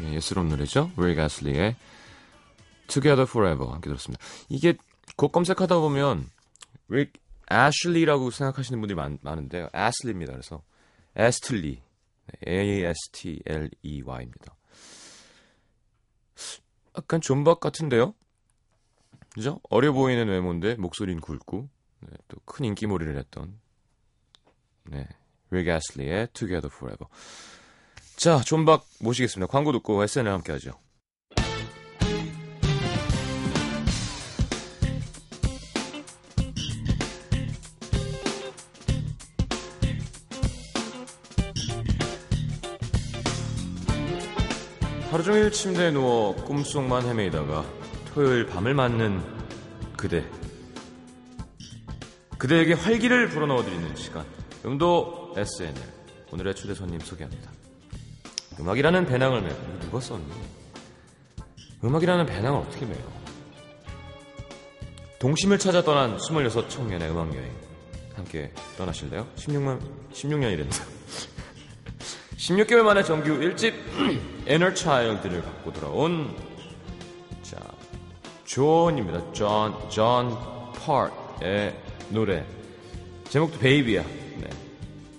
예, 예스러운 노래죠. 윌 가슬리의 Together Forever 함께 들었습니다. 이게 곡 검색하다 보면 윌 애슐리라고 생각하시는 분들이 많, 많은데요. 애슬리입니다. 그래서 애스틀리 네, A S T L E Y입니다. 약간 존박 같은데요. 그죠? 어려 보이는 외모인데 목소리는 굵고 네, 또 큰 인기몰이를 했던 네. 윌 가슬리의 Together Forever. 자, 존박 모시겠습니다. 광고 듣고 SNL 함께 하죠. 하루 종일 침대에 누워 꿈속만 헤매이다가 토요일 밤을 맞는 그대. 그대에게 활기를 불어넣어드리는 시간. 음도 SNL. 오늘의 초대 손님 소개합니다. 음악이라는 배낭을 메고 이거 누가 썼니? 음악이라는 배낭을 어떻게 메요? 동심을 찾아 떠난 26 청년의 음악 여행 함께 떠나실래요? 16만 16년이랬나? 16개월 만에 정규 1집 Inner Child를 갖고 돌아온 자 존입니다. 존, 존 파트의 노래 제목도 베이비야. 네.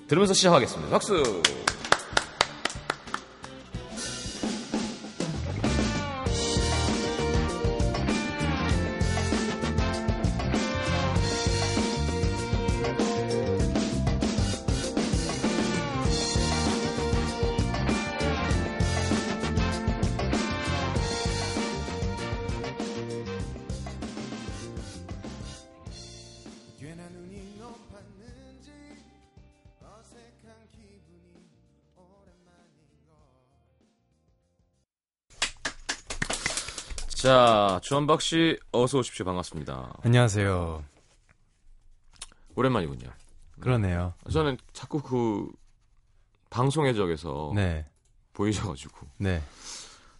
들으면서 시작하겠습니다. 박수. 꽤나 눈이 높았는지 어색한 기분이 오랜만인 것 자, 주한박 씨 어서 오십시오. 반갑습니다. 안녕하세요. 네. 오랜만이군요. 그러네요. 저는 자꾸 그 방송의 적에서 네, 보이셔가지고 네.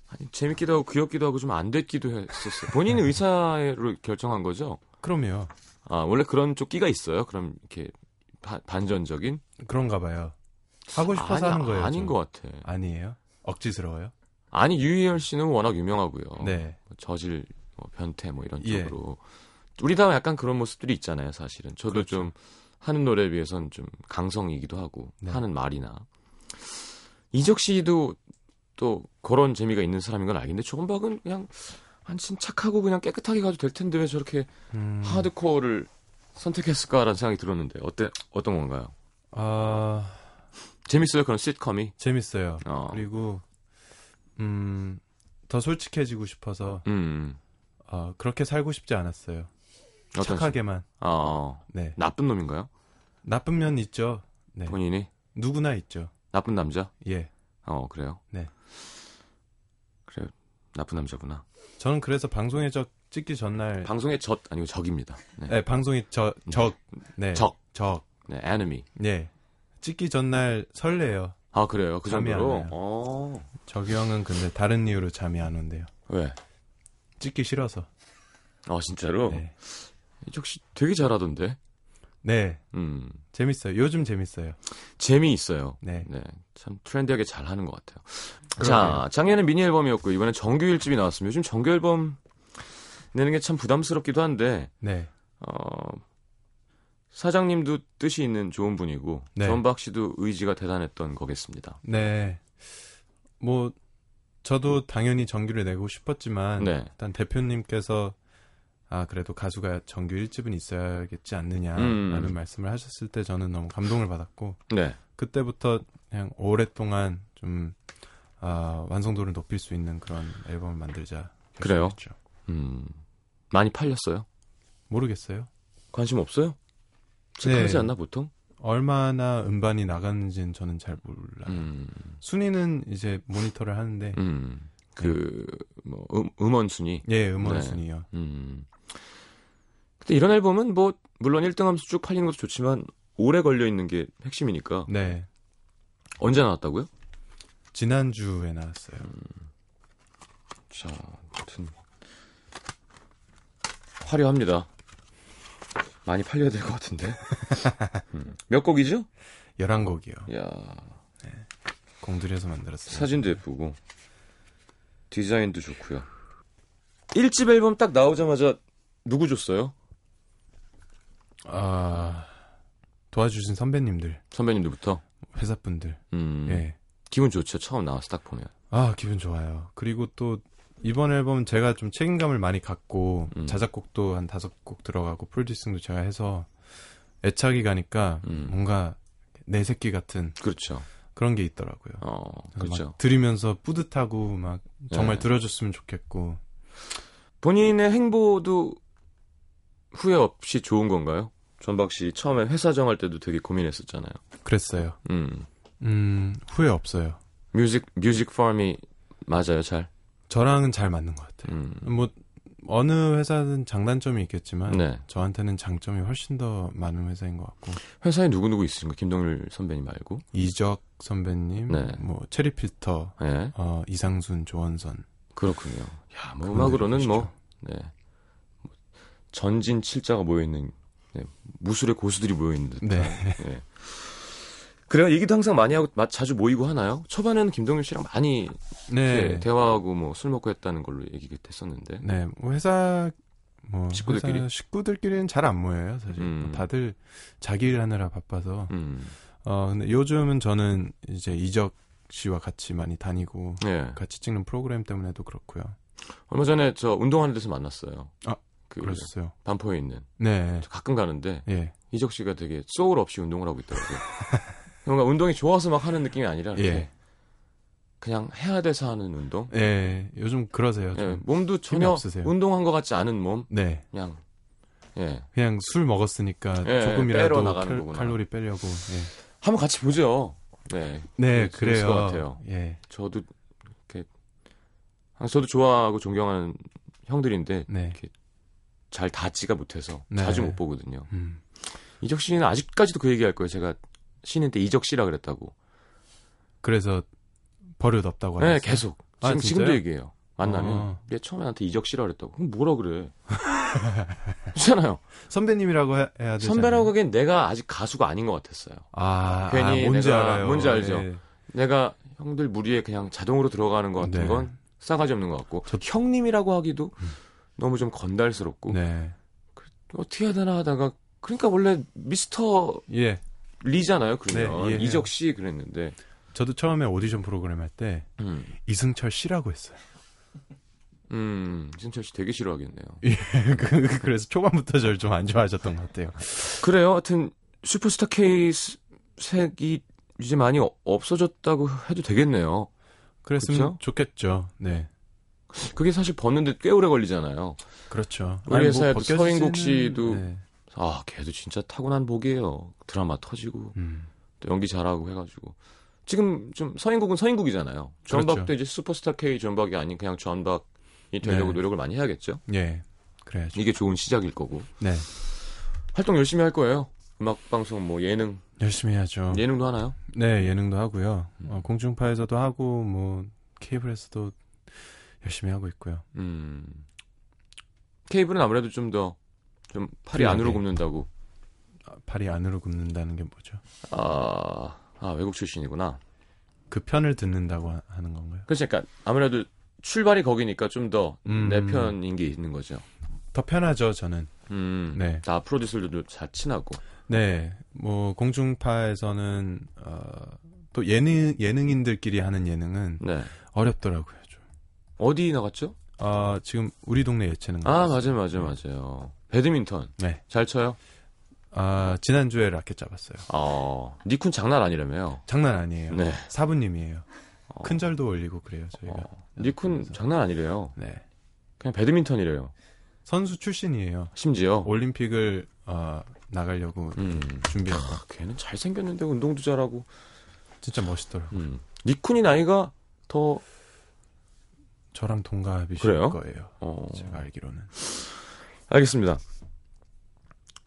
아니, 재밌기도 하고 귀엽기도 하고 좀 안 됐기도 했었어요. 본인 의사로 결정한 거죠? 그럼요. 아, 원래 그런 쪽 끼가 있어요. 그럼 이렇게 바- 반전적인 그런가 봐요. 하고 싶어서 아니, 하는 거예요. 아닌 저는. 것 같아. 아니에요? 억지스러워요? 아니 유희열 씨는 워낙 유명하고요. 네. 뭐 저질, 뭐 변태 뭐 이런 예. 쪽으로 우리 다 약간 그런 모습들이 있잖아요. 사실은 저도 그렇죠. 좀 하는 노래에 비해서는 좀 강성이기도 하고 네. 하는 말이나 이적 씨도 또 그런 재미가 있는 사람인 건 알겠는데 조은박은 그냥 한친 착하고 그냥 깨끗하게 가도 될 텐데 왜 저렇게 음, 하드코어를 선택했을까라는 생각이 들었는데 어때 어떤 건가요? 아, 재밌어요 그런 시트콤이. 재밌어요. 어. 그리고 음, 더 솔직해지고 싶어서 음, 음. 어, 그렇게 살고 싶지 않았어요. 어떤 시- 착하게만. 어, 어. 네. 나쁜 놈인가요? 나쁜 면 있죠. 네. 본인이 누구나 있죠. 나쁜 남자? 예. 어 그래요? 네. 그래 나쁜 남자구나. 저는 그래서 방송에 적 찍기 네. 전날 방송의 젖 아니고 적입니다. 네. 네, 방송이 저, 적. 네. 적. 적. 네, enemy. 네. 찍기 전날 설레요. 아 그래요? 그 잠이 정도로. 안 와요. 어. 저기 형은 근데 다른 이유로 잠이 안 온대요. 왜? 찍기 싫어서. 아 진짜로? 네. 이적 씨 되게 잘하던데. 네. 음 재밌어요. 요즘 재밌어요. 재미있어요. 네. 네, 참 트렌디하게 잘하는 것 같아요. 그러네요. 자, 작년에 미니 앨범이었고 이번엔 정규 1집이 나왔습니다. 요즘 정규 앨범 내는 게 참 부담스럽기도 한데 네. 어, 사장님도 뜻이 있는 좋은 분이고 네. 전박 씨도 의지가 대단했던 거겠습니다. 네. 뭐 저도 당연히 정규를 내고 싶었지만 네. 일단 대표님께서 아 그래도 가수가 정규 1집은 있어야겠지 않느냐라는 음. 말씀을 하셨을 때 저는 너무 감동을 받았고 네. 그때부터 그냥 오랫동안 좀 아, 완성도를 높일 수 있는 그런 앨범을 만들자 그래요? 결심했죠. 음. 많이 팔렸어요? 모르겠어요. 관심 없어요? 체크하지 네. 않나 보통? 얼마나 음반이 나가는지는 저는 잘 몰라요. 음. 순위는 이제 모니터를 하는데 음. 그뭐 음, 음원 순위. 예 음원 네. 순위요. 음. 근데 이런 앨범은 뭐 물론 1등 하면서 쭉 팔리는 것도 좋지만 오래 걸려 있는 게 핵심이니까 네 언제 나왔다고요? 지난 주에 나왔어요. 음. 자, 아무튼 화려합니다. 많이 팔려야 될 것 같은데. 음. 몇 곡이죠? 11곡이요. 야, 공들여서 만들었어요. 사진도 예쁘고 디자인도 좋고요. 1집 앨범 딱 나오자마자 누구 줬어요? 아 도와주신 선배님들, 선배님들부터. 회사분들. 음. 예. 기분 좋죠. 처음 나와서 딱 보면. 아 기분 좋아요. 그리고 또 이번 앨범은 제가 좀 책임감을 많이 갖고 음. 자작곡도 한 다섯 곡 들어가고 프로듀싱도 제가 해서 애착이 가니까 음. 뭔가 내 새끼 같은 그렇죠. 그런 게 있더라고요. 어, 그래서 막 그렇죠. 들으면서 뿌듯하고 아, 막 정말 네. 들어줬으면 좋겠고 본인의 행보도 후회 없이 좋은 건가요? 전박 씨 처음에 회사 정할 때도 되게 고민했었잖아요. 그랬어요. 음. 음 후회 없어요. 뮤직 뮤직 팜이 맞아요, 잘. 저랑은 잘 맞는 것 같아요. 음. 뭐 어느 회사든 장단점이 있겠지만 네. 저한테는 장점이 훨씬 더 많은 회사인 것 같고 회사에 누구누구 있으신가? 김동률 선배님 말고. 이적 선배님, 네. 뭐 체리필터, 예. 어, 이상순, 조원선. 그렇군요. 야, 뭐 그분들 음악으로는 뭐 보시죠. 네. 뭐 전진 칠자가 모여 있는 네. 무술의 고수들이 모여 있는 듯. 네. 예. 그래요. 얘기도 항상 많이 하고 마- 자주 모이고 하나요? 초반에는 김동률 씨랑 많이 이렇게 네. 대화하고 뭐 술 먹고 했다는 걸로 얘기가 됐었는데. 네. 뭐 회사 뭐 식구들끼리? 회사 식구들끼리는 잘 안 모여요, 사실. 음. 뭐 다들 자기 일 하느라 바빠서. 음. 어, 근데 요즘은 저는 이제 이적 씨와 같이 많이 다니고 예. 같이 찍는 프로그램 때문에도 그렇고요. 얼마 전에 저 운동하는 데서 만났어요. 아, 그 그랬어요. 반포에 있는. 네. 저 가끔 가는데 예. 이적 씨가 되게 소울 없이 운동을 하고 있더라고요. 뭔가 운동이 좋아서 막 하는 느낌이 아니라 이렇게 예. 그냥 해야 돼서 하는 운동. 예. 요즘 그러세요. 예, 좀. 몸도 전혀 없으세요. 운동한 것 같지 않은 몸. 네. 그냥 예. 그냥 술 먹었으니까 예, 빼러 조금이라도 나가는 칼- 거구나. 칼로리 빼려고. 예. 한번 같이 보죠. 네. 네, 그- 그랬을 그래요. 것 같아요. 예, 저도 이렇게 아, 저도 좋아하고 존경하는 형들인데 네. 잘 닿지가 못해서 네. 자주 못 보거든요. 음. 이적 씨는 아직까지도 그 얘기할 거예요. 제가 신인 때 이적 씨라 그랬다고. 그래서 버릇 없다고 네, 하셨어요. 계속. 아, 지금, 진짜요? 지금도 얘기해요. 만나면. 어. 얘 처음에 나한테 이적 씨라 그랬다고. 그럼 뭐라 그래. 그렇잖아요. 선배님이라고 해- 해야 되잖아요. 선배라고 하기엔 내가 아직 가수가 아닌 것 같았어요. 아, 괜히 아, 뭔지 내가- 알아요. 뭔지 알죠? 예. 내가 형들 무리에 그냥 자동으로 들어가는 것 같은 네. 건 싸가지 없는 것 같고 저- 음. 형님이라고 하기도 너무 좀 건달스럽고 네. 어떻게 해야 되나 하다가 그러니까 원래 미스터 예. 리잖아요 그러면 네, 이해해요. 이적 씨 그랬는데 저도 처음에 오디션 프로그램 할 때 음, 이승철 씨라고 했어요. 음 신철 씨 되게 싫어하겠네요 예. 그- 그래서 초반부터 저를 좀 안 좋아하셨던 것 같아요. 그래요 하여튼 슈퍼스타 K 스- 색이 이제 많이 어- 없어졌다고 해도 되겠네요 그랬으면 그쵸? 좋겠죠. 네. 그게 사실 벗는데 꽤 오래 걸리잖아요 그렇죠. 우리 아니, 회사에도 벗겨지지는- 서인국 씨도- 네. 아 걔도 진짜 타고난 복이에요 드라마 터지고 음. 또 연기 잘하고 해가지고 지금 좀 서인국은 서인국이잖아요. 전박도 그렇죠. 이제 슈퍼스타 K 전박이 아닌 그냥 전박이 되려고 네. 노력을 많이 해야겠죠. 예. 그래야죠. 이게 좋은 시작일 거고 네. 활동 열심히 할 거예요. 음악 방송 뭐 예능 열심히 해야죠. 예능도 하나요? 네, 예능도 하고요. 어, 공중파에서도 하고 뭐 케이블에서도 열심히 하고 있고요. 음 케이블은 아무래도 좀 더 좀 팔이 안으로 네. 굽는다고. 아, 팔이 안으로 굽는다는 게 뭐죠? 아, 아, 외국 출신이구나. 그 편을 듣는다고 하- 하는 건가요? 그러니까 아무래도 출발이 거기니까 좀 더 내 음. 편인 게 있는 거죠. 더 편하죠, 저는. 음, 네. 나 프로듀서들도 잘 친하고. 네, 뭐 공중파에서는 어, 또 예능 예능인들끼리 하는 예능은 네. 어렵더라고요. 좀. 어디 나갔죠? 아 지금 우리 동네 예체능. 아, 나왔어요. 맞아요, 맞아요, 맞아요. 배드민턴. 네. 잘 쳐요? 아 지난 주에 라켓 잡았어요. 어, 니쿤 장난 아니라며요. 장난 아니에요. 네. 사부님이에요. 어, 큰 절도 올리고 그래요 저희가. 어, 니쿤 장난 아니래요. 네. 그냥 배드민턴이래요. 선수 출신이에요. 심지어. 올림픽을 어, 나가려고 음. 준비하고 아, 걔는 잘생겼는데 운동도 잘하고. 진짜 멋있더라고. 요 음. 니쿤이 나이가 더, 저랑 동갑이실 그래요? 거예요. 어, 제가 알기로는 알겠습니다.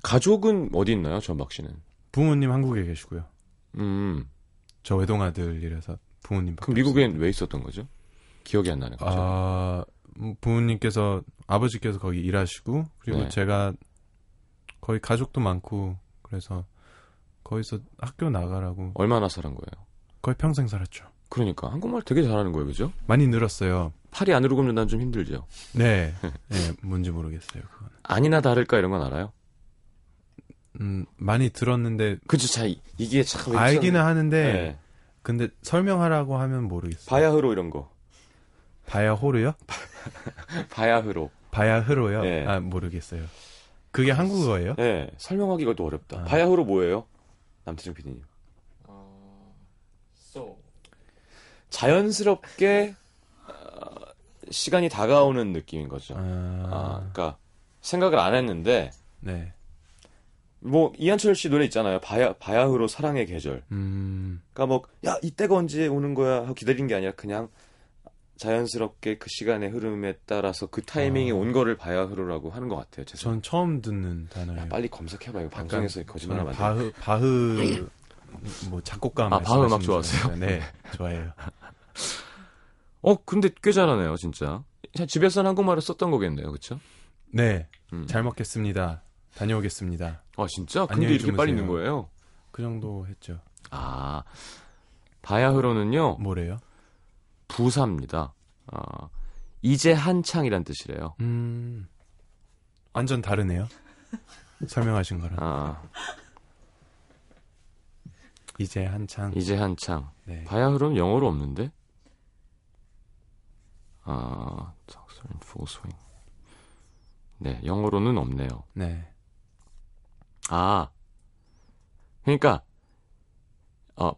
가족은 어디 있나요, 전박 씨는? 부모님 한국에 계시고요. 음. 저 외동 아들이라서 부모님. 그럼 미국엔 왜 있었던 거죠? 기억이 안 나는 거죠. 아, 음, 부모님께서 아버지께서 거기 일하시고 그리고 네. 제가 거의 가족도 많고 그래서 거기서 학교 나가라고 얼마나 살은 거예요? 거의 평생 살았죠. 그러니까 한국말 되게 잘하는 거예요, 그죠? 많이 늘었어요. 팔이 안으로 굽는다는 좀 힘들죠. 네, 네, 뭔지 모르겠어요. 그건. 아니나 다를까 이런 건 알아요? 음, 많이 들었는데 그죠, 자 이- 이게 참 알기는 하는데 어, 네. 근데 설명하라고 하면 모르겠어요. 바야흐로 이런 거. 바야호르요? 바야흐로. 바야흐로요? 네. 아 모르겠어요. 그게 한국어예요? 네, 설명하기가 또 어렵다. 아. 바야흐로 뭐예요? 남태정 PD님. 자연스럽게 어, 시간이 다가오는 느낌인 거죠. 아, 아, 그러니까 생각을 안 했는데 네. 뭐 이한철 씨 노래 있잖아요. 바야 바야흐로 사랑의 계절. 음, 그러니까 뭐 야 이때가 언제 오는 거야 하고 기다린 게 아니라 그냥 자연스럽게 그 시간의 흐름에 따라서 그 타이밍이 아. 온 거를 바야흐로라고 하는 것 같아요. 죄송. 전 처음 듣는 단어예요. 야, 빨리 검색해봐 이거 방송에서 저는 거짓말하면 안 바흐 돼. 바흐 뭐 작곡가 아, 바흐 음악 말씀하시는 좋아하세요? 거니까. 네, 좋아해요. 어 근데 꽤 잘하네요 진짜. 그냥 집에서는 한국말을 썼던 거겠네요, 그렇죠? 네, 음. 잘 먹겠습니다. 다녀오겠습니다. 아 진짜? 근데 안녕히 이렇게 빨리 주무세요. 있는 거예요? 그 정도 했죠. 아 바야흐로는요 뭐래요? 부사입니다. 아 이제 한창이란 뜻이래요. 음, 완전 다르네요. 설명하신 거랑 아 이제 한창. 이제 한창. 네, 바야흐로는 영어로 없는데? 아, 작설 full swing. 네, 영어로는 없네요. 네, 아, 그러니까, 어,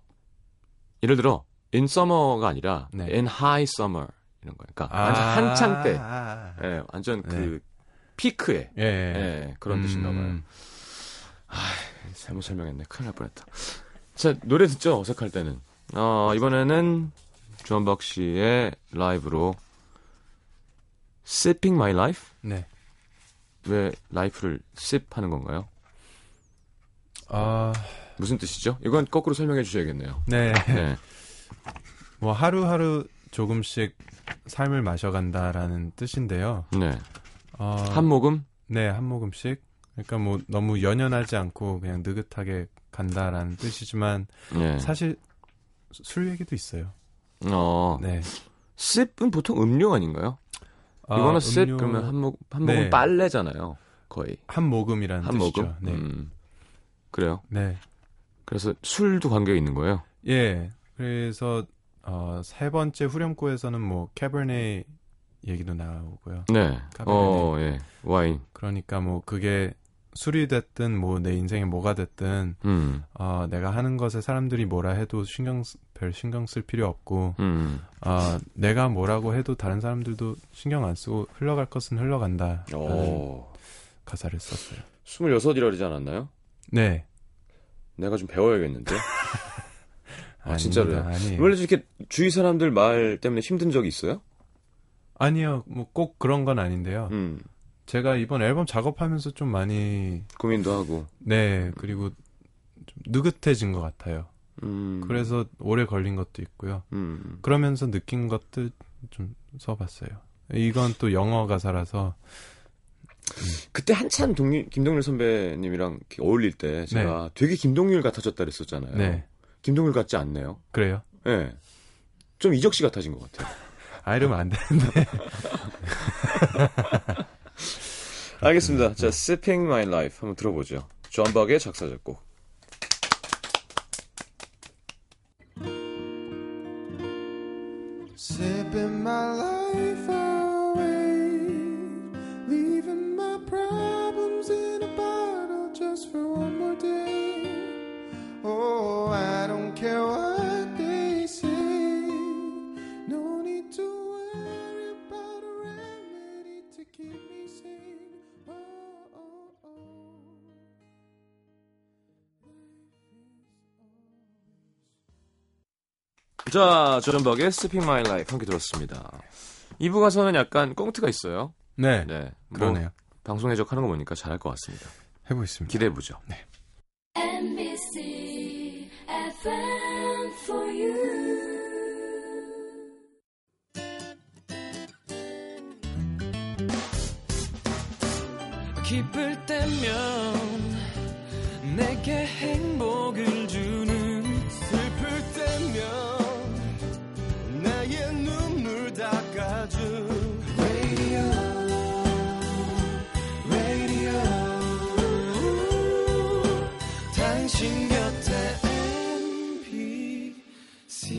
예를 들어, in summer가 아니라, 네. in high summer. 이런 거예요. 그러니까, 완전 한창 때. 아, 아. 예, 완전 네. 그, 피크에. 예, 예. 예, 그런 음, 뜻인가 봐요. 잘못 설명했네. 큰일 날 뻔했다. 자, 노래 듣죠? 어색할 때는. 어, 이번에는 주원박 씨의 라이브로 Sipping My Life? 네. 왜 라이프를 sip 하는 건가요? 아, 무슨 뜻이죠? 이건 거꾸로 설명해 주셔야겠네요. 네. 네. 뭐 하루하루 조금씩 삶을 마셔간다라는 뜻인데요. 네. 어, 한 모금? 네, 한 모금씩. 그러니까 뭐 너무 연연하지 않고 그냥 느긋하게 간다라는 뜻이지만 네. 사실 수- 술 얘기도 있어요. 어. 네. sip은 보통 음료 아닌가요? 아, 이거는 sip 음료- 그러면 한 모금, 한 모금 네. 빨래잖아요. 거의. 한 모금이라는 한 뜻이죠. 모금? 네. 음. 그래요. 네. 그래서 술도 관계가 있는 거예요. 예. 그래서 어, 세 번째 후렴구에서는 뭐 캐버네 얘기도 나오고요. 네. 카베르네. 어, 예. 와인. 그러니까 뭐 그게 술이 됐든 뭐 내 인생에 뭐가 됐든 음. 어, 내가 하는 것에 사람들이 뭐라 해도 신경 쓰- 별 신경 쓸 필요 없고 음. 아, 내가 뭐라고 해도 다른 사람들도 신경 안 쓰고 흘러갈 것은 흘러간다. 라는 오. 가사를 썼어요. 26이라 그러지 않았나요? 네. 내가 좀 배워야겠는데. 아, 진짜로요? 아니. 원래 이렇게 주위 사람들 말 때문에 힘든 적이 있어요? 아니요. 뭐 꼭 그런 건 아닌데요. 음. 제가 이번 앨범 작업하면서 좀 많이 고민도 하고. 네, 그리고 좀 느긋해진 것 같아요. 음. 그래서 오래 걸린 것도 있고요. 음. 그러면서 느낀 것도 좀 써봤어요. 이건 또 영어 가사라서 그때 한참 동리- 김동률 선배님이랑 이렇게 어울릴 때 제가 되게 김동률 같아졌다 그랬었잖아요. 네. 김동률 같지 않네요. 그래요? 예. 좀 이적 씨 같아진 것 같아요. 아, 이러면 안 되는데. 알겠습니다. 자, Sipping My Life 한번 들어보죠. 존 박의 작사 작곡. Sipping my life away, leaving my problems in a bottle just for one more day. Oh, I don't care what they say. No need to worry about a remedy to keep me sane. Oh, oh, oh. 자, 존 박의 Sipping My Life 함께 들었습니다. 2부 가서는 약간 꽁트가 있어요. 네. 네. 뭐 그러네요. 방송 해적하는 거 보니까 잘할 것 같습니다. 해보겠습니다. 기대해 보죠. E NBC FM for you. 기쁠 때면 내게 행복을 주는 슬플 때면 나의 눈물 닦아준 Radio Radio 당신 곁에 MBC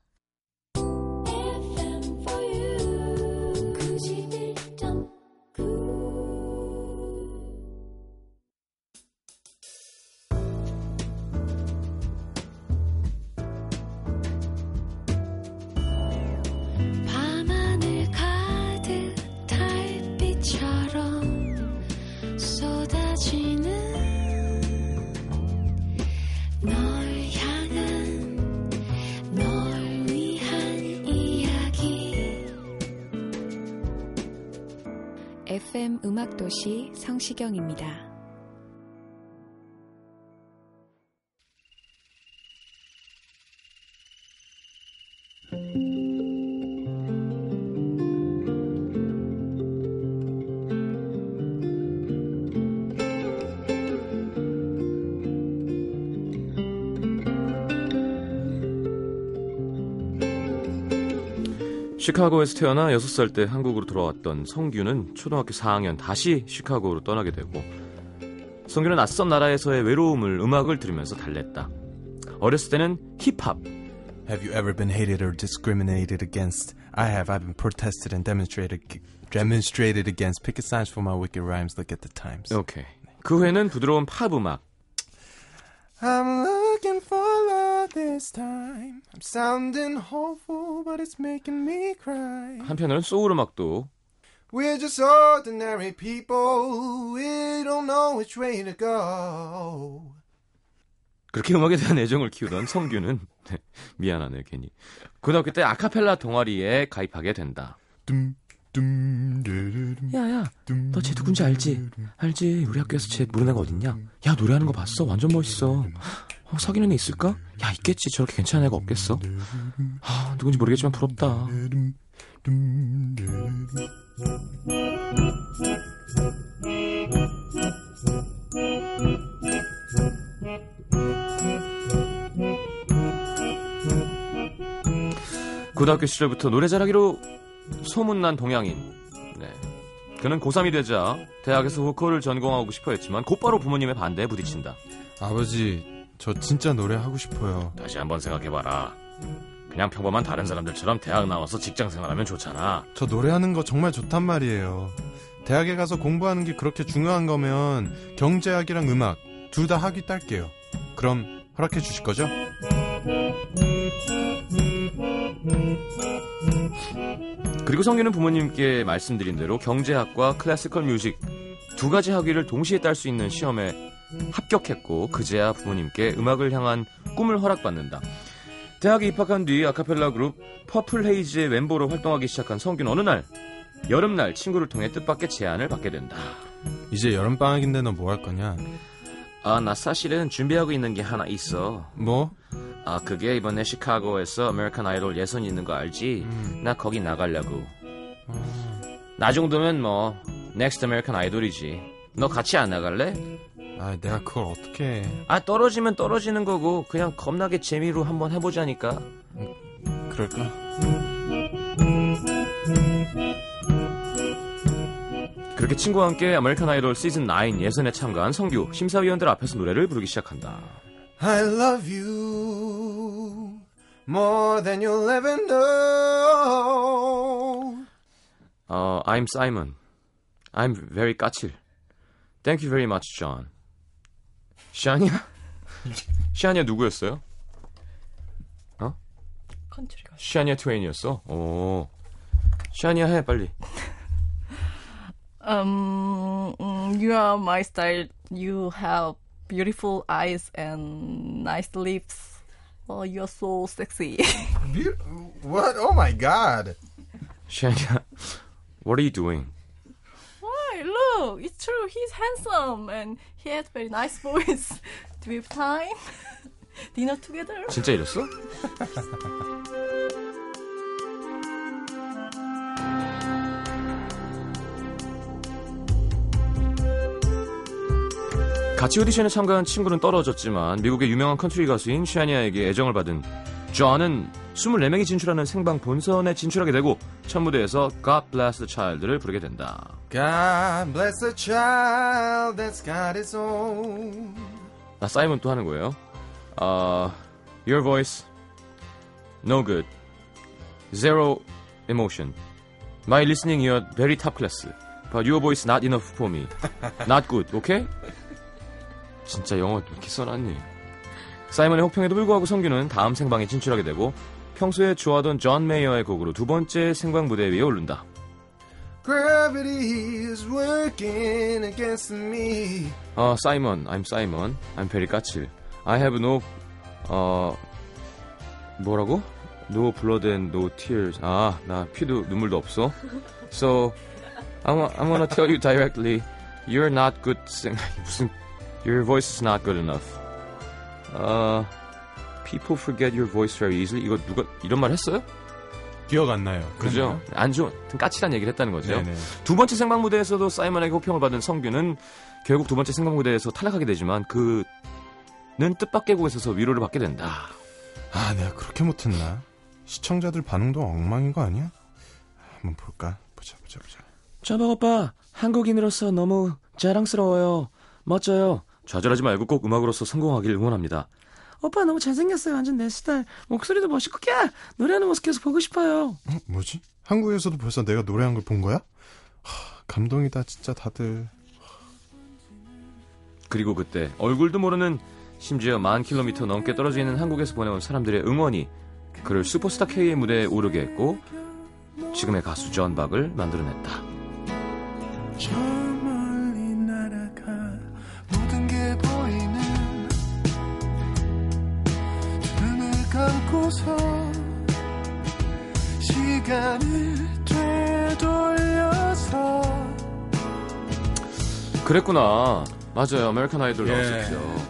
FM for you. 91.9. 밤하늘 가득 달빛처럼 쏟아지는 널 향한 널 위한 이야기 FM 음악도시 성시경입니다. 시카고에서 태어나 6살 때 한국으로 돌아왔던 성규는 초등학교 4학년 다시 시카고로 떠나게 되고 성규는 낯선 나라에서의 외로움을 음악을 들으면서 달랬다. 어렸을 때는 힙합, Have you ever been hated or discriminated against? I have. I've been protested and demonstrated demonstrated against. Picket signs for my wicked rhymes. Look at the times. 오케이. 그 후에는 부드러운 팝 음악, I'm looking for love this time. I'm sounding hopeful, but it's making me cry. 한편으로는 소울 음악도 We're just ordinary people. We don't know which way to go. 그렇게 음악에 대한 애정을 키우던 성규는 네, 미안하네요 괜히 고등학교 때 아카펠라 동아리에 가입하게 된다. 야야, 너 쟤 누군지 알지? 알지? 우리 학교에서 쟤 모르는 애가 어딨냐? 야 노래하는 거 봤어? 완전 멋있어. 어, 사귀는 애 있을까? 야 있겠지. 저렇게 괜찮은 애가 없겠어? 아 누군지 모르겠지만 부럽다. 고등학교 시절부터 노래 잘하기로 소문난 동양인. 네. 그는 고3이 되자 대학에서 보컬을 전공하고 싶어 했지만 곧바로 부모님의 반대에 부딪힌다. 아버지, 저 진짜 노래 하고 싶어요. 다시 한번 생각해봐라. 그냥 평범한 다른 사람들처럼 대학 나와서 직장 생활하면 좋잖아. 저 노래하는 거 정말 좋단 말이에요. 대학에 가서 공부하는 게 그렇게 중요한 거면 경제학이랑 음악 둘 다 학위 딸게요. 그럼 허락해 주실 거죠? 그리고 성규는 부모님께 말씀드린 대로 경제학과 클래시컬 뮤직 두 가지 학위를 동시에 딸 수 있는 시험에 합격했고 그제야 부모님께 음악을 향한 꿈을 허락받는다. 대학에 입학한 뒤 아카펠라 그룹 퍼플 헤이즈의 멤버로 활동하기 시작한 성규는 어느 날 여름날 친구를 통해 뜻밖의 제안을 받게 된다. 이제 여름방학인데 너 뭐 할 거냐? 아, 나 사실은 준비하고 있는 게 하나 있어. 뭐? 아, 그게 이번에 시카고에서 아메리칸 아이돌 예선 있는 거 알지? 음. 나 거기 나가려고. 나 정도면 뭐, 넥스트 아메리칸 아이돌이지. 너 같이 안 나갈래? 아, 내가 그걸 어떻게 해. 아, 떨어지면 떨어지는 거고, 그냥 겁나게 재미로 한번 해보자니까. 그럴까? 그렇게 친구와 함께 아메리칸 아이돌 시즌 9 예선에 참가한 성규, 심사위원들 앞에서 노래를 부르기 시작한다. I love you more than you'll ever know. 어, I'm Simon. I'm very 까칠. Thank you very much, John. 샤니야? 샤니야 누구였어요? 컨트리 가수. 샤니야 트웨인이었어? 오. 샤니야 해, 빨리. Um, mm, you are my style. You have beautiful eyes and nice lips. Oh, you're so sexy. Be- what? Oh my god. 샤니야, what are you doing? Why? Look, it's true. He's handsome and he has very nice voice. Do we have time? Dinner together? 진짜 이랬어? 같이 오디션에 참가한 친구는 떨어졌지만 미국의 유명한 컨트리 가수인 샤니아에게 애정을 받은 존은 24명이 진출하는 생방 본선에 진출하게 되고 첫 무대에서 God Bless the Child를 부르게 된다. God bless a child that's got its own. 나 사이먼 또 하는 거예요. 아, your voice, no good, zero emotion. My listening ear very top class, but your voice not enough for me. Not good, okay? 진짜 영어 왜 이렇게 써놨니? 사이먼의 혹평에도 불구하고 성규는 다음 생방에 진출하게 되고 평소에 좋아하던 존 메이어의 곡으로 두 번째 생방 무대 위에 오른다. Gravity is working against me. 어, 사이먼, I'm 사이먼, I'm very 까칠. I have no, 어, 뭐라고? No blood and no tears. 아, 나 피도 눈물도 없어. So, I'm, I'm gonna tell you directly, you're not good sing. 무슨, your voice is not good enough. 어, people forget your voice very easily. 이거 누가 이런 말 했어요? 기억 안 나요. 그죠? 안 좋은, 하여튼 까칠한 얘기를 했다는 거죠. 네네. 두 번째 생방 무대에서도 사이먼에게 호평을 받은 성규는 결국 두 번째 생방 무대에서 탈락하게 되지만 그는 뜻밖의 곳에서 위로를 받게 된다. 아, 내가 그렇게 못했나? 시청자들 반응도 엉망인 거 아니야? 한번 볼까? 보자, 보자, 보자. 저박 뭐, 오빠 한국인으로서 너무 자랑스러워요. 멋져요. 좌절하지 말고 꼭 음악으로서 성공하길 응원합니다. 오빠 너무 잘생겼어요. 완전 내 스타일. 목소리도 멋있고 야 노래하는 모습 계속 보고 싶어요. 어, 뭐지? 한국에서도 벌써 내가 노래한 걸 본 거야? 하, 감동이다, 진짜 다들. 그리고 그때 얼굴도 모르는 심지어 만 킬로미터 넘게 떨어져 있는 한국에서 보내온 사람들의 응원이 그를 슈퍼스타 K의 무대에 오르게 했고 지금의 가수 존 박을 만들어냈다. 저 멀리 날아가 모든 게 보이는 두 눈을 감고서 시간을 되돌려서 그랬구나. 맞아요. 아메리칸 아이돌 예. 나왔었죠.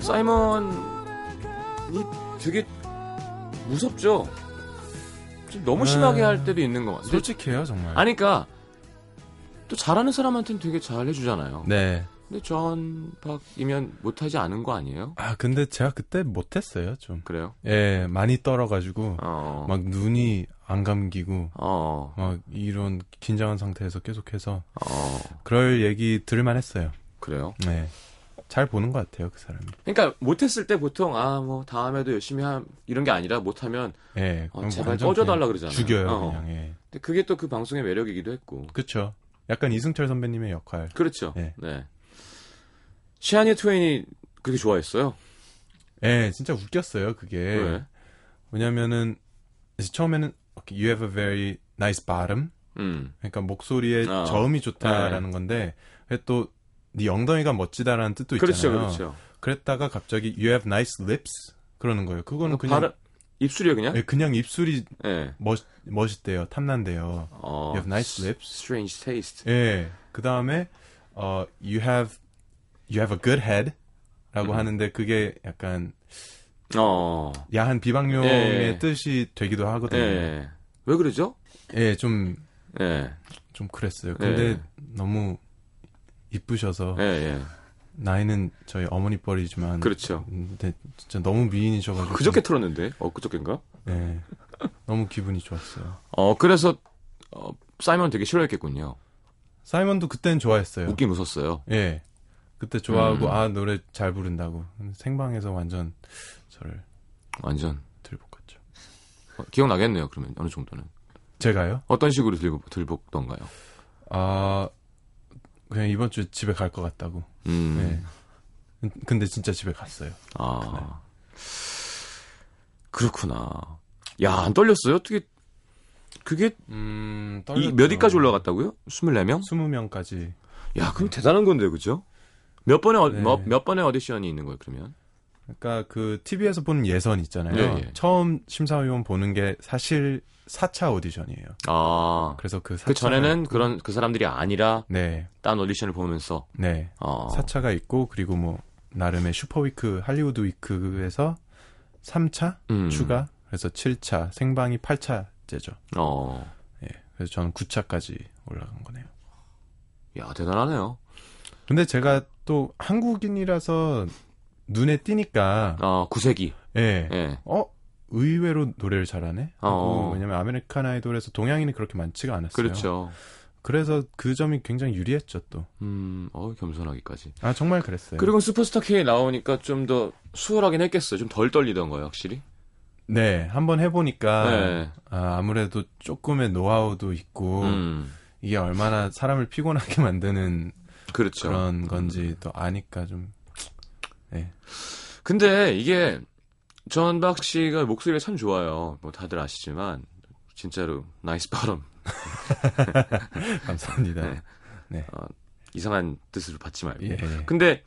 사이먼이 되게 무섭죠. 좀 너무 심하게 음. 할 때도 있는 것 같아요. 솔직해요, 정말. 아니 그러니까 또 잘하는 사람한테는 되게 잘 해주잖아요. 네. 근데 존 박이면 못하지 않은 거 아니에요? 아, 근데 제가 그때 못했어요, 좀. 그래요? 예, 많이 떨어가지고, 어. 막 눈이 안 감기고, 어. 막 이런 긴장한 상태에서 계속해서 어. 그럴 얘기 들을만 했어요. 그래요. 네. 잘 보는 것 같아요, 그 사람이. 그러니까 못했을 때 보통 아 뭐 다음에도 열심히 함 이런 게 아니라 못하면 예. 어, 그럼 제발 완전 꺼져달라 그냥 그러잖아요. 죽여요, 어. 그냥, 예. 근데 그게 또 그 방송의 매력이기도 했고 그쵸. 약간 이승철 선배님의 역할. 그렇죠. 네. 네. 시아니 트웨인이 그렇게 좋아했어요. 예, 진짜 웃겼어요, 그게. 왜? 왜냐면은, 이제 처음에는, okay, you have a very nice bottom. 음. 그러니까 목소리에 어. 저음이 좋다라는 건데, 또, 네 엉덩이가 멋지다라는 뜻도 그렇죠, 있잖아요. 그렇죠. 랬다가 갑자기 you have nice lips 그러는 거예요. 그거는 그냥 발음, 입술이요, 그냥? 예, 그냥 입술이 예. 멋 멋있대요. 탐난대요. 어, You have nice lips. strange taste. 예. 그다음에 어 you have you have a good head. 음. 하는데 그게 약간 네. 어. 야한 비방용의 예, 예. 뜻이 되기도 하거든요. 예, 예. 왜 그러죠? 좀, 예. 좀 그랬어요. 근데 예. 너무 이쁘셔서 예, 예. 나이는 저희 어머니 뻘이지만 그렇죠. 근데 진짜 너무 미인이셔가지고 그저께 틀었는데. 어, 그저께인가? 예. 너무 기분이 좋았어요. 어, 그래서 어, 사이먼 되게 싫어했겠군요. 사이먼도 그땐 좋아했어요. 웃긴 웃었어요. 예. 그때 좋아하고 음. 아 노래 잘 부른다고 생방에서 완전 저를 완전 들볶았죠. 어, 기억나겠네요. 그러면 어느 정도는 제가요? 어떤 식으로 들 들볶던가요? 아 그냥 이번 주에 집에 갈 것 같다고. 음. 예. 근데 진짜 집에 갔어요. 아. 그렇구나. 야, 안 떨렸어요? 어떻게 그게 음, 이, 몇 위까지 올라갔다고요? 24명? 20명까지. 야, 그럼 대단한 건데, 그죠? 몇 번의, 어, 네. 몇, 몇 번의 어디션이 있는 거예요, 그러면? 그러니까 그 TV에서 보는 예선 있잖아요. 예, 예. 처음 심사위원 보는 게 사실 4차 오디션이에요. 아. 그래서 그 4차 그 전에는 그런, 그 사람들이 아니라, 네. 딴 오디션을 보면서, 네. 어. 4차가 있고 그리고 뭐 나름의 슈퍼위크 할리우드 위크에서 3차 음. 추가 그래서 7차 생방이 8차째죠. 어. 예. 그래서 저는 9차까지 올라간 거네요. 야, 대단하네요. 근데 제가 또 한국인이라서 눈에 띄니까 아, 구세기. 예. 예. 어 의외로 노래를 잘하네. 하고 어. 왜냐면 아메리칸 아이돌에서 동양인이 그렇게 많지가 않았어요. 그렇죠. 그래서 그 점이 굉장히 유리했죠 또. 음, 어, 겸손하기까지. 아 정말 그랬어요. 그리고 슈퍼스타 K 나오니까 좀 더 수월하긴 했겠어요. 좀 덜 떨리던 거예요, 확실히. 네 한번 해보니까 네. 아, 아무래도 조금의 노하우도 있고 음, 이게 얼마나 사람을 피곤하게 만드는 그렇죠. 그런 건지 또 아니까 좀. 네. 근데 이게 전박 씨가 목소리가 참 좋아요. 뭐 다들 아시지만 진짜로 나이스 바람 감사합니다. 네. 네. 이상한 뜻으로 받지 말고. 예, 예. 근데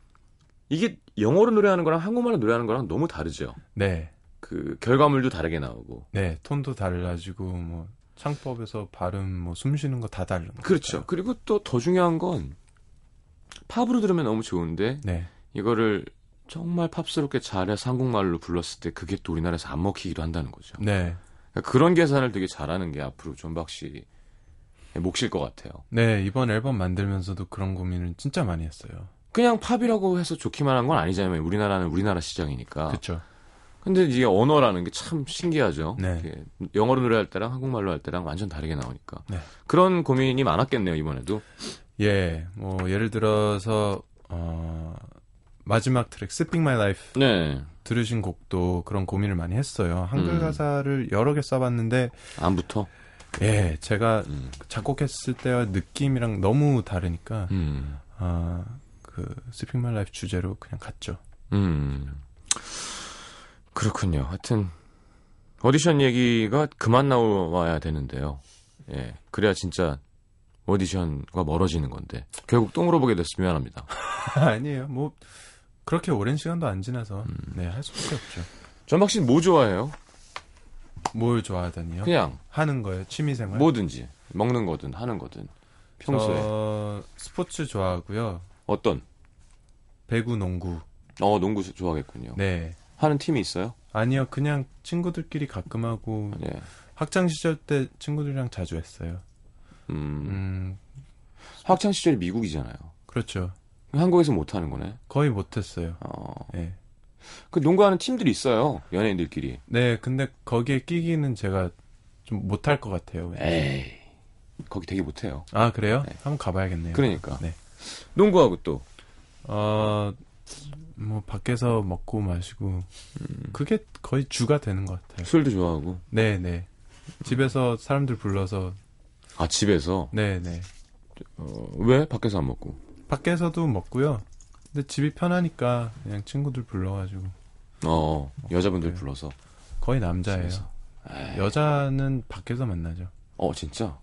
이게 영어로 노래하는 거랑 한국말로 노래하는 거랑 너무 다르죠. 네. 그 결과물도 다르게 나오고. 네. 톤도 달라지고 뭐 창법에서 발음 뭐 숨쉬는 거 다 다른 거. 그렇죠. 그리고 또 더 중요한 건 팝으로 들으면 너무 좋은데 네. 이거를 정말 팝스럽게 잘해서 한국말로 불렀을 때 그게 또 우리나라에서 안 먹히기도 한다는 거죠. 네. 그러니까 그런 계산을 되게 잘하는 게 앞으로 존박 씨의 몫일 것 같아요. 네, 이번 앨범 만들면서도 그런 고민을 진짜 많이 했어요. 그냥 팝이라고 해서 좋기만 한 건 아니잖아요. 우리나라는 우리나라 시장이니까. 그쵸. 근데 이게 언어라는 게 참 신기하죠. 네. 이게 영어로 노래할 때랑 한국말로 할 때랑 완전 다르게 나오니까. 네. 그런 고민이 많았겠네요, 이번에도. 예, 뭐, 예를 들어서, 어, 마지막 트랙, Sipping My Life 네. 들으신 곡도 그런 고민을 많이 했어요. 한글 음. 가사를 여러 개 써봤는데, 안부터. 예, 제가 음. 작곡했을 때와 느낌이랑 너무 다르니까, 음. 아, 그, Sipping My Life 주제로 그냥 갔죠. 음. 그렇군요. 하여튼 오디션 얘기가 그만 나와야 되는데요. 예. 그래야 진짜 오디션과 멀어지는 건데 결국 똥으로 보게 됐으면 미안합니다. 아니에요. 뭐, 그렇게 오랜 시간도 안 지나서, 음. 네, 할 수밖에 없죠. 전박 씨는 뭐 좋아해요? 뭘 좋아하다니요? 그냥 하는 거예요, 취미생활. 뭐든지 먹는 거든 하는 거든 평소에 저 스포츠 좋아하고요. 어떤 배구, 농구. 어 농구 좋아하겠군요. 네. 하는 팀이 있어요? 아니요, 그냥 친구들끼리 가끔 하고 예. 학창 시절 때 친구들이랑 자주 했어요. 음, 음, 학창 시절이 미국이잖아요. 그렇죠. 한국에서 못 하는 거네. 거의 못 했어요. 어. 네. 그 농구하는 팀들이 있어요. 연예인들끼리. 네, 근데 거기에 끼기는 제가 좀 못할 것 같아요. 네. 에이. 거기 되게 못 해요. 아, 그래요? 한번 가봐야겠네요. 그러니까. 네. 농구하고 또 어, 뭐 밖에서 먹고 마시고 음. 그게 거의 주가 되는 것 같아요. 술도 좋아하고. 네, 네. 집에서 사람들 불러서 아 집에서 네, 네. 어, 왜 밖에서 안 먹고? 밖에서도 먹고요. 근데 집이 편하니까 그냥 친구들 불러가지고 어 여자분들 네. 불러서. 거의 남자예요. 집에서. 에이. 여자는 밖에서 만나죠. 어 진짜?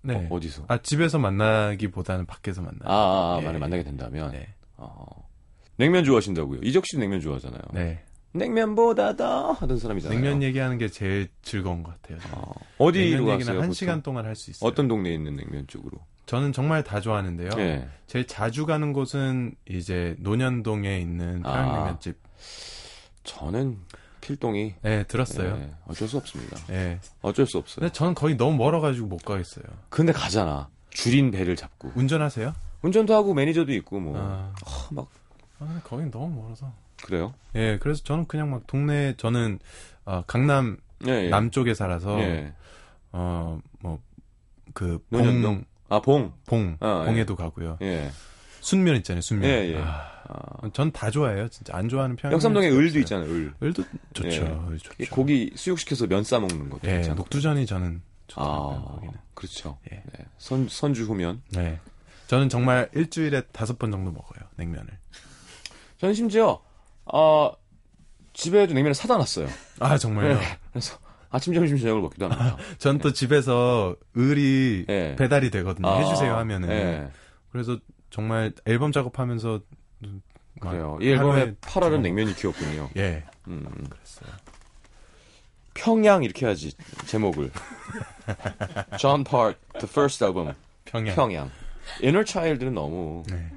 네. 어, 디서 아 집에서 만나기보다는 밖에서 만나. 아, 아, 아 예. 만약 만나게 된다면. 네. 어. 냉면 좋아하신다고요? 이적 씨 냉면 좋아하잖아요. 네. 냉면보다 더 하던 사람이잖아요. 네. 냉면 얘기하는 게 제일 즐거운 것 같아요. 저는. 어. 디로 냉면 가세요? 얘기는 한 보통? 시간 동안 할 수 있어요. 어떤 동네에 있는 냉면 쪽으로? 저는 정말 다 좋아하는데요. 예. 제일 자주 가는 곳은 이제 논현동에 있는 아. 평양냉면집. 저는 필동이 네, 들었어요. 네. 예, 어쩔 수 없습니다. 예. 어쩔 수 없어요. 근데 저는 거의 너무 멀어가지고 못 가겠어요. 근데 가잖아. 줄인 배를 잡고 운전하세요? 운전도 하고 매니저도 있고 뭐 아, 아, 막 아, 근데 거긴 너무 멀어서. 그래요. 예, 그래서 저는 그냥 막 동네 저는 아, 강남 예, 예. 남쪽에 살아서 어, 뭐, 예. 어뭐그 논현동? 봉, 아 봉. 봉 아, 예. 봉에도 가고요. 예. 순면 있잖아요, 순면. 예, 예. 아, 아, 전 다 좋아해요. 진짜 안 좋아하는 네. 평양. 역삼동에 을도 있잖아요. 을. 을도 좋죠. 예. 을 이 좋죠. 고기 수육시켜서 면 싸 먹는 것도 예, 괜찮고. 녹두전이 저는 좋더라고요. 아, 거기는. 그렇죠. 예. 네. 선 선주 후면. 네. 저는 정말 일주일에 다섯 번 정도 먹어요 냉면을. 저는 심지어 어, 집에도 냉면을 사다 놨어요. 아 정말요. 네. 그래서 아침 점심 저녁을 먹기도 합니다. 전 또 집에서 을이 예. 배달이 되거든요. 아, 해주세요 하면은. 예. 그래서 정말 앨범 작업하면서 막 그래요. 이 앨범의 하루에 8월은 두- 냉면이 귀엽군요. 예. 음. 그랬어요. 평양 이렇게 해야지 제목을. John Park The First Album 평양. 평양. Inner Child는 너무 네.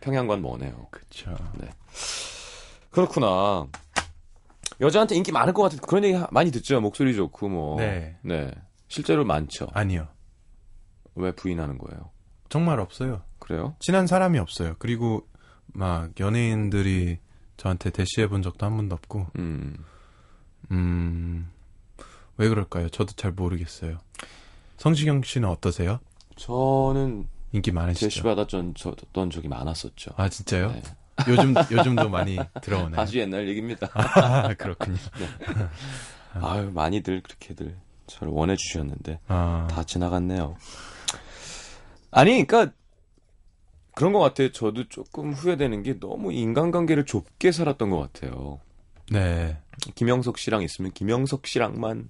평양과는 머네요. 그쵸. 그렇구나. 여자한테 인기 많을 것 같은 그런 얘기 하- 많이 듣죠. 목소리 좋고 뭐. 네. 실제로 많죠. 아니요. 왜 부인하는 거예요? 정말 없어요. 그래요? 친한 사람이 없어요. 그리고 막 연예인들이 저한테 대시해 본 적도 한 번도 없고. 음. 음. 왜 그럴까요? 저도 잘 모르겠어요. 성시경 씨는 어떠세요? 저는 인기 많으시죠? 제시 받았던 저- 어떤 적이 많았었죠. 아, 진짜요? 네. 요즘 요즘도 많이 들어오네. 아주 옛날 얘기입니다. 아, 그렇군요. 아유, 많이들 그렇게들 저를 원해 주셨는데 아. 다 지나갔네요. 아니, 그러니까 그런 것 같아요. 저도 조금 후회되는 게 너무 인간관계를 좁게 살았던 것 같아요. 네. 김영석 씨랑 있으면 김영석 씨랑만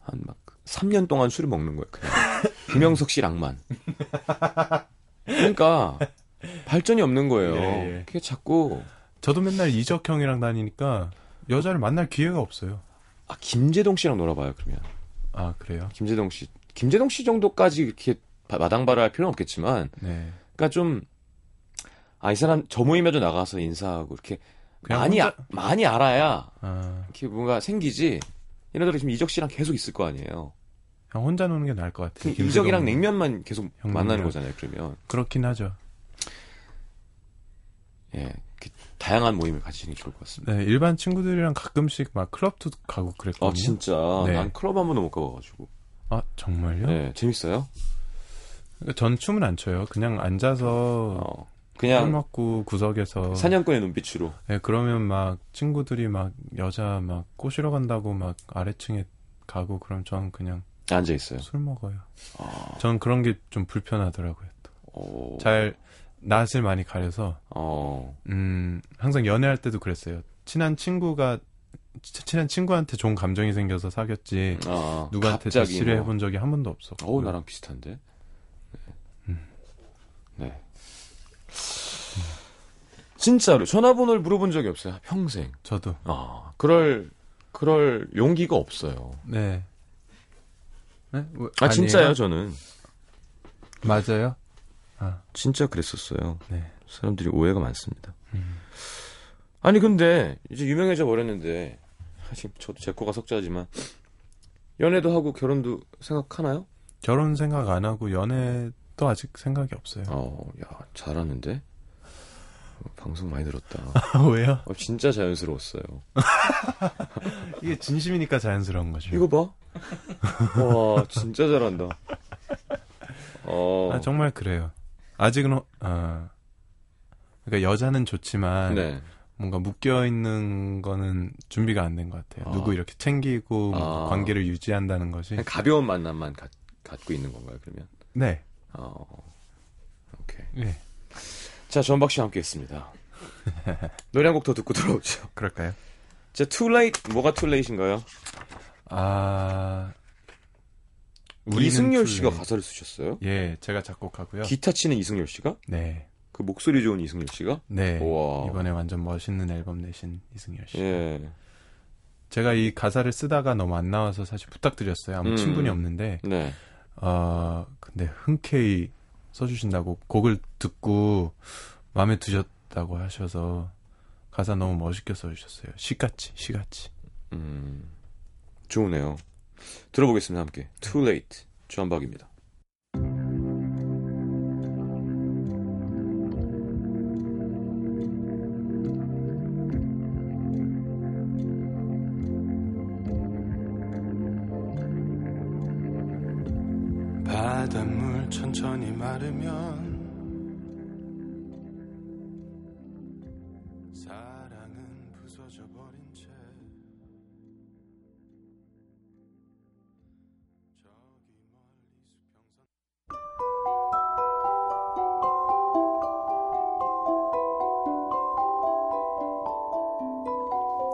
한 막 3년 동안 술을 먹는 거예요. 그냥. 김영석 씨랑만. 그러니까 발전이 없는 거예요. 예, 예. 그게 자꾸 저도 맨날 이적 형이랑 다니니까 여자를 만날 기회가 없어요. 아 김재동 씨랑 놀아봐요. 그러면 아, 그래요? 김재동 씨 김재동 씨 정도까지 이렇게 바- 마당발할 필요는 없겠지만, 네. 그러니까 좀. 아, 이 사람 저 모임에도 나가서 인사하고 이렇게 그냥 많이 혼자- 아- 많이 알아야 아, 이렇게 뭔가 생기지. 예를 들어 지금 이적 씨랑 계속 있을 거 아니에요. 그냥 혼자 노는 게 나을 것 같아요. 그럼 이적이랑 김세동. 냉면만 계속 형 만나는 냉면. 거잖아요. 그러면 그렇긴 하죠. 예, 이렇게 다양한 모임을 가지시는 게 좋을 것 같습니다. 네, 일반 친구들이랑 가끔씩 막 클럽도 가고 그랬거든요. 아 진짜 네. 난 클럽 한 번도 못 가봐가지고. 아, 정말요? 예, 재밌어요? 그러니까 전 춤은 안 춰요. 그냥 앉아서 어, 술 그냥 먹고 구석에서 사냥꾼의 눈빛으로. 네, 그러면 막 친구들이 막 여자 막 꼬시러 간다고 막 아래층에 가고 그럼 저는 그냥 앉아 있어요. 술 먹어요. 아, 저는 그런 게 좀 불편하더라고요. 또. 어, 잘 낯을 많이 가려서 어, 음, 항상 연애할 때도 그랬어요. 친한 친구가 치- 친한 친구한테 좋은 감정이 생겨서 사귀었지 아, 누구한테 갑자기 대시를 뭐. 해본 적이 한 번도 없었고. 어우 나랑 비슷한데. 음. 네. 네. 진짜로 전화번호를 물어본 적이 없어요. 평생. 저도. 아, 그럴 그럴 용기가 없어요. 네. 네? 뭐, 아 아니에요? 진짜요 저는. 맞아요? 진짜 그랬었어요. 네. 음. 사람들이 오해가 많습니다. 아니 근데 이제 유명해져 버렸는데 사실 저도 제 코가 석자지만 연애도 하고 결혼도 생각하나요? 결혼 생각 안 하고 연애도 아직 생각이 없어요. 어, 야 잘하는데 어, 방송 많이 들었다. 왜요? 어, 진짜 자연스러웠어요. 이게 진심이니까 자연스러운 거죠. 이거 봐. 와 진짜 잘한다. 어, 아, 정말 그래요. 아직은 어- 아. 그러니까 여자는 좋지만 네. 뭔가 묶여 있는 거는 준비가 안 된 것 같아요. 아. 누구 이렇게 챙기고 뭔가 아. 관계를 유지한다는 것이 그냥 가벼운 만남만 가- 갖고 있는 건가요 그러면? 네, 어, 오케이. 예, 자, 전박 씨와 함께 했습니다. 노래 한 곡 더 듣고 돌아오죠. 그럴까요? 자, Too Late, 뭐가 Too Late인가요? 아, 우리는 이승열 툴레. 씨가 가사를 쓰셨어요? 예, 제가 작곡하고요. 기타 치는 이승열 씨가? 네, 그 목소리 좋은 이승열 씨가? 네 우와. 이번에 완전 멋있는 앨범 내신 이승열 씨. 예. 제가 이 가사를 쓰다가 너무 안 나와서 사실 부탁드렸어요. 아무 음. 친분이 없는데, 네. 어, 근데 흔쾌히 써주신다고 곡을 듣고 마음에 드셨다고 하셔서 가사 너무 멋있게 써주셨어요. 시같이 시같이. 음, 좋으네요. 들어보겠습니다. 함께. Too Late, 주한박입니다. 바닷물 천천히 마르면 사랑은 부서져 버린 채 저기 멀리 수평선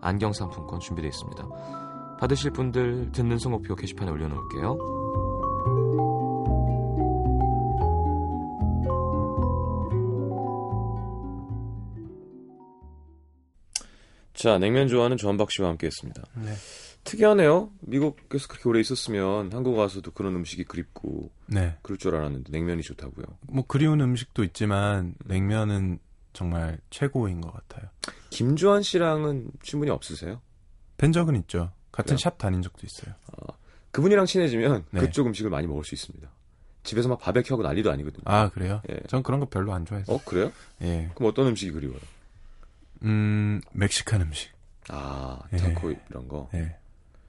안경 상품권 준비되어 있습니다. 받으실 분들 듣는 선곡표 게시판에 올려놓을게요. 자, 냉면 좋아하는 조한박 씨와 함께했습니다. 네. 특이하네요. 미국에서 그렇게 오래 있었으면 한국 와서도 그런 음식이 그립고 네. 그럴 줄 알았는데 냉면이 좋다고요. 뭐 그리운 음식도 있지만 냉면은 정말 최고인 것 같아요. 김주환 씨랑은 친분이 없으세요? 뵌 적은 있죠. 같은 그래요? 샵 다닌 적도 있어요. 그분이랑 친해지면 네. 그쪽 음식을 많이 먹을 수 있습니다. 집에서 막 바베큐하고 난리도 아니거든요. 아 그래요? 예. 전 그런 거 별로 안 좋아해서. 어 그래요? 예. 그럼 어떤 음식이 그리워요? 음 멕시칸 음식. 아 예. 타코 이런 거. 예.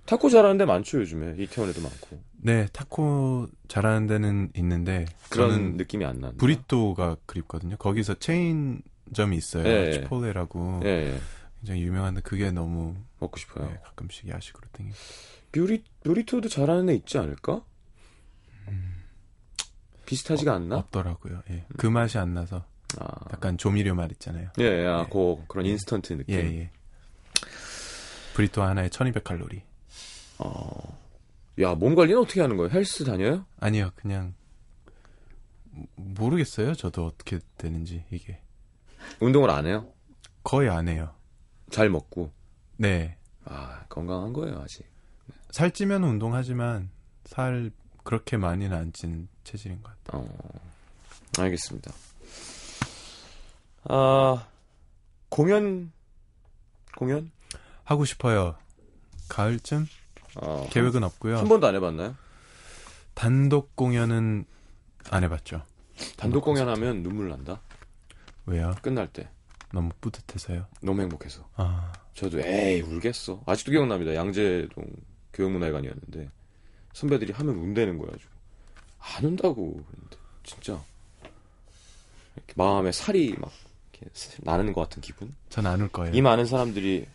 타코 잘하는 데 많죠 요즘에 이태원에도 많고 네 타코 잘하는 데는 있는데 그런 저는 느낌이 안 나는. 브리또가 그립거든요. 거기서 체인점이 있어요. 예, 예. 치폴레라고 예, 예 굉장히 유명한데 그게 너무 먹고 싶어요. 예, 가끔씩 야식으로 땡기고. 뮤리 뮤리토도 잘하는 애 있지 않을까? 비슷하지가 어, 않나? 음. 없더라고요. 예. 그 맛이 안 나서 아. 약간 조미료 맛 있잖아요. 예, 예, 아, 그, 그런 인스턴트 느낌. 예, 예. 브리또 하나에 1200칼로리. 어. 예. 야, 몸 관리는 어떻게 하는 거예요? 헬스 다녀요? 아니요, 그냥 모르겠어요. 저도 어떻게 되는지 이게 운동을 안 해요? 거의 안 해요. 잘 먹고. 네, 아, 건강한 거예요, 아직. 살찌면 운동하지만 살 그렇게 많이는 안 찌는 체질인 것 같아요. 어, 알겠습니다. 아, 공연, 공연? 하고 싶어요. 가을쯤 어, 계획은 없고요. 한 번도 안 해봤나요? 단독 공연은 안 해봤죠. 단독 공연하면 눈물 난다? 왜요? 끝날 때. 너무 뿌듯해서요. 너무 행복해서. 아, 저도 에이, 울겠어. 아직도 기억납니다. 양재동 교육문화회관이었는데, 선배들이 하면 운대는 거야, 지금. 안 운다고. 그랬는데, 진짜. 이렇게 마음에 살이 막, 이렇게 나는 것 같은 기분? 전 안 울 거예요. 이 많은 사람들이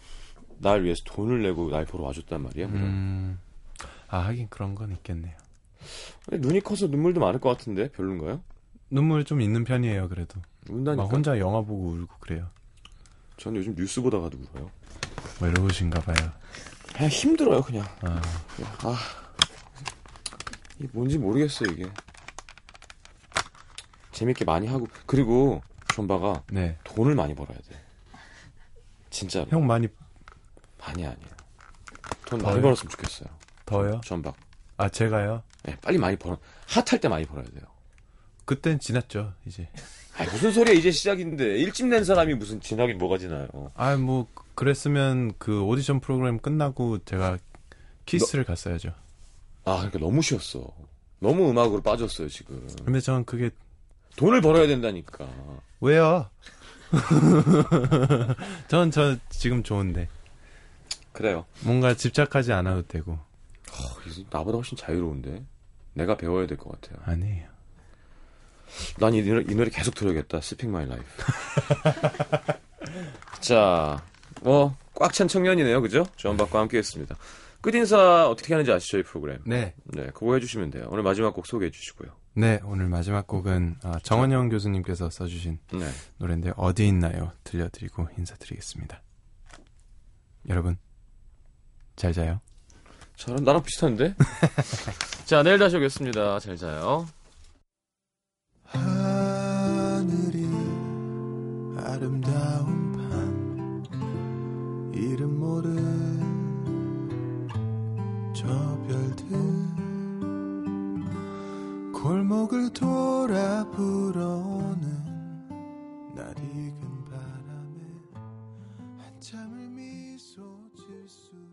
날 위해서 돈을 내고 날 보러 와줬단 말이야. 음, 아 하긴 그런 건 있겠네요. 근데 눈이 커서 눈물도 많을 것 같은데 별론가요? 눈물 좀 있는 편이에요, 그래도. 운다니까. 막 혼자 영화 보고 울고 그래요. 저는 요즘 뉴스 보다가도 울어요. 외로우신가 뭐 봐요. 그냥 힘들어요 그냥. 아, 그냥, 아 이게 뭔지 모르겠어요 이게. 재밌게 많이 하고 그리고 존바가 네. 돈을 많이 벌어야 돼. 진짜로 형 많이 많이 아니에요. 돈 더요? 많이 벌었으면 좋겠어요. 더요? 존박. 아, 제가요? 네, 빨리 많이 벌어. 핫할 때 많이 벌어야 돼요. 그땐 지났죠, 이제. 아 무슨 소리야 이제 시작인데 일집 낸 사람이 무슨 지나긴 뭐가 지나요? 아, 뭐, 그랬으면 그 오디션 프로그램 끝나고 제가 키스를 갔어야죠. 아 그러니까 너무 쉬웠어. 너무 음악으로 빠졌어요 지금. 근데 저는 그게, 돈을 벌어야 된다니까. 왜요? 전, 저 지금 좋은데. 그래요. 뭔가 집착하지 않아도 되고. 어, 이거 나보다 훨씬 자유로운데. 내가 배워야 될 것 같아요. 아니에요. 난 이 노래, 이 노래 계속 들어야겠다. Sleeping My Life. 자, 뭐 꽉 찬 청년이네요, 그죠? 조한박과 함께했습니다. 끝 인사 어떻게 하는지 아시죠 이 프로그램? 네. 네, 그거 해주시면 돼요. 오늘 마지막 곡 소개해 주시고요. 네, 오늘 마지막 곡은 아, 정원영 교수님께서 써주신 네. 노래인데 어디 있나요? 들려드리고 인사드리겠습니다. 여러분 잘 자요. 저랑 나랑 비슷한데? 자, 내일 다시 오겠습니다. 잘 자요. 하늘이 아름다운 밤 이름 모를 저 별들 골목을 돌아 불어오는 날 익은 바람에 한참을 미소 질수 그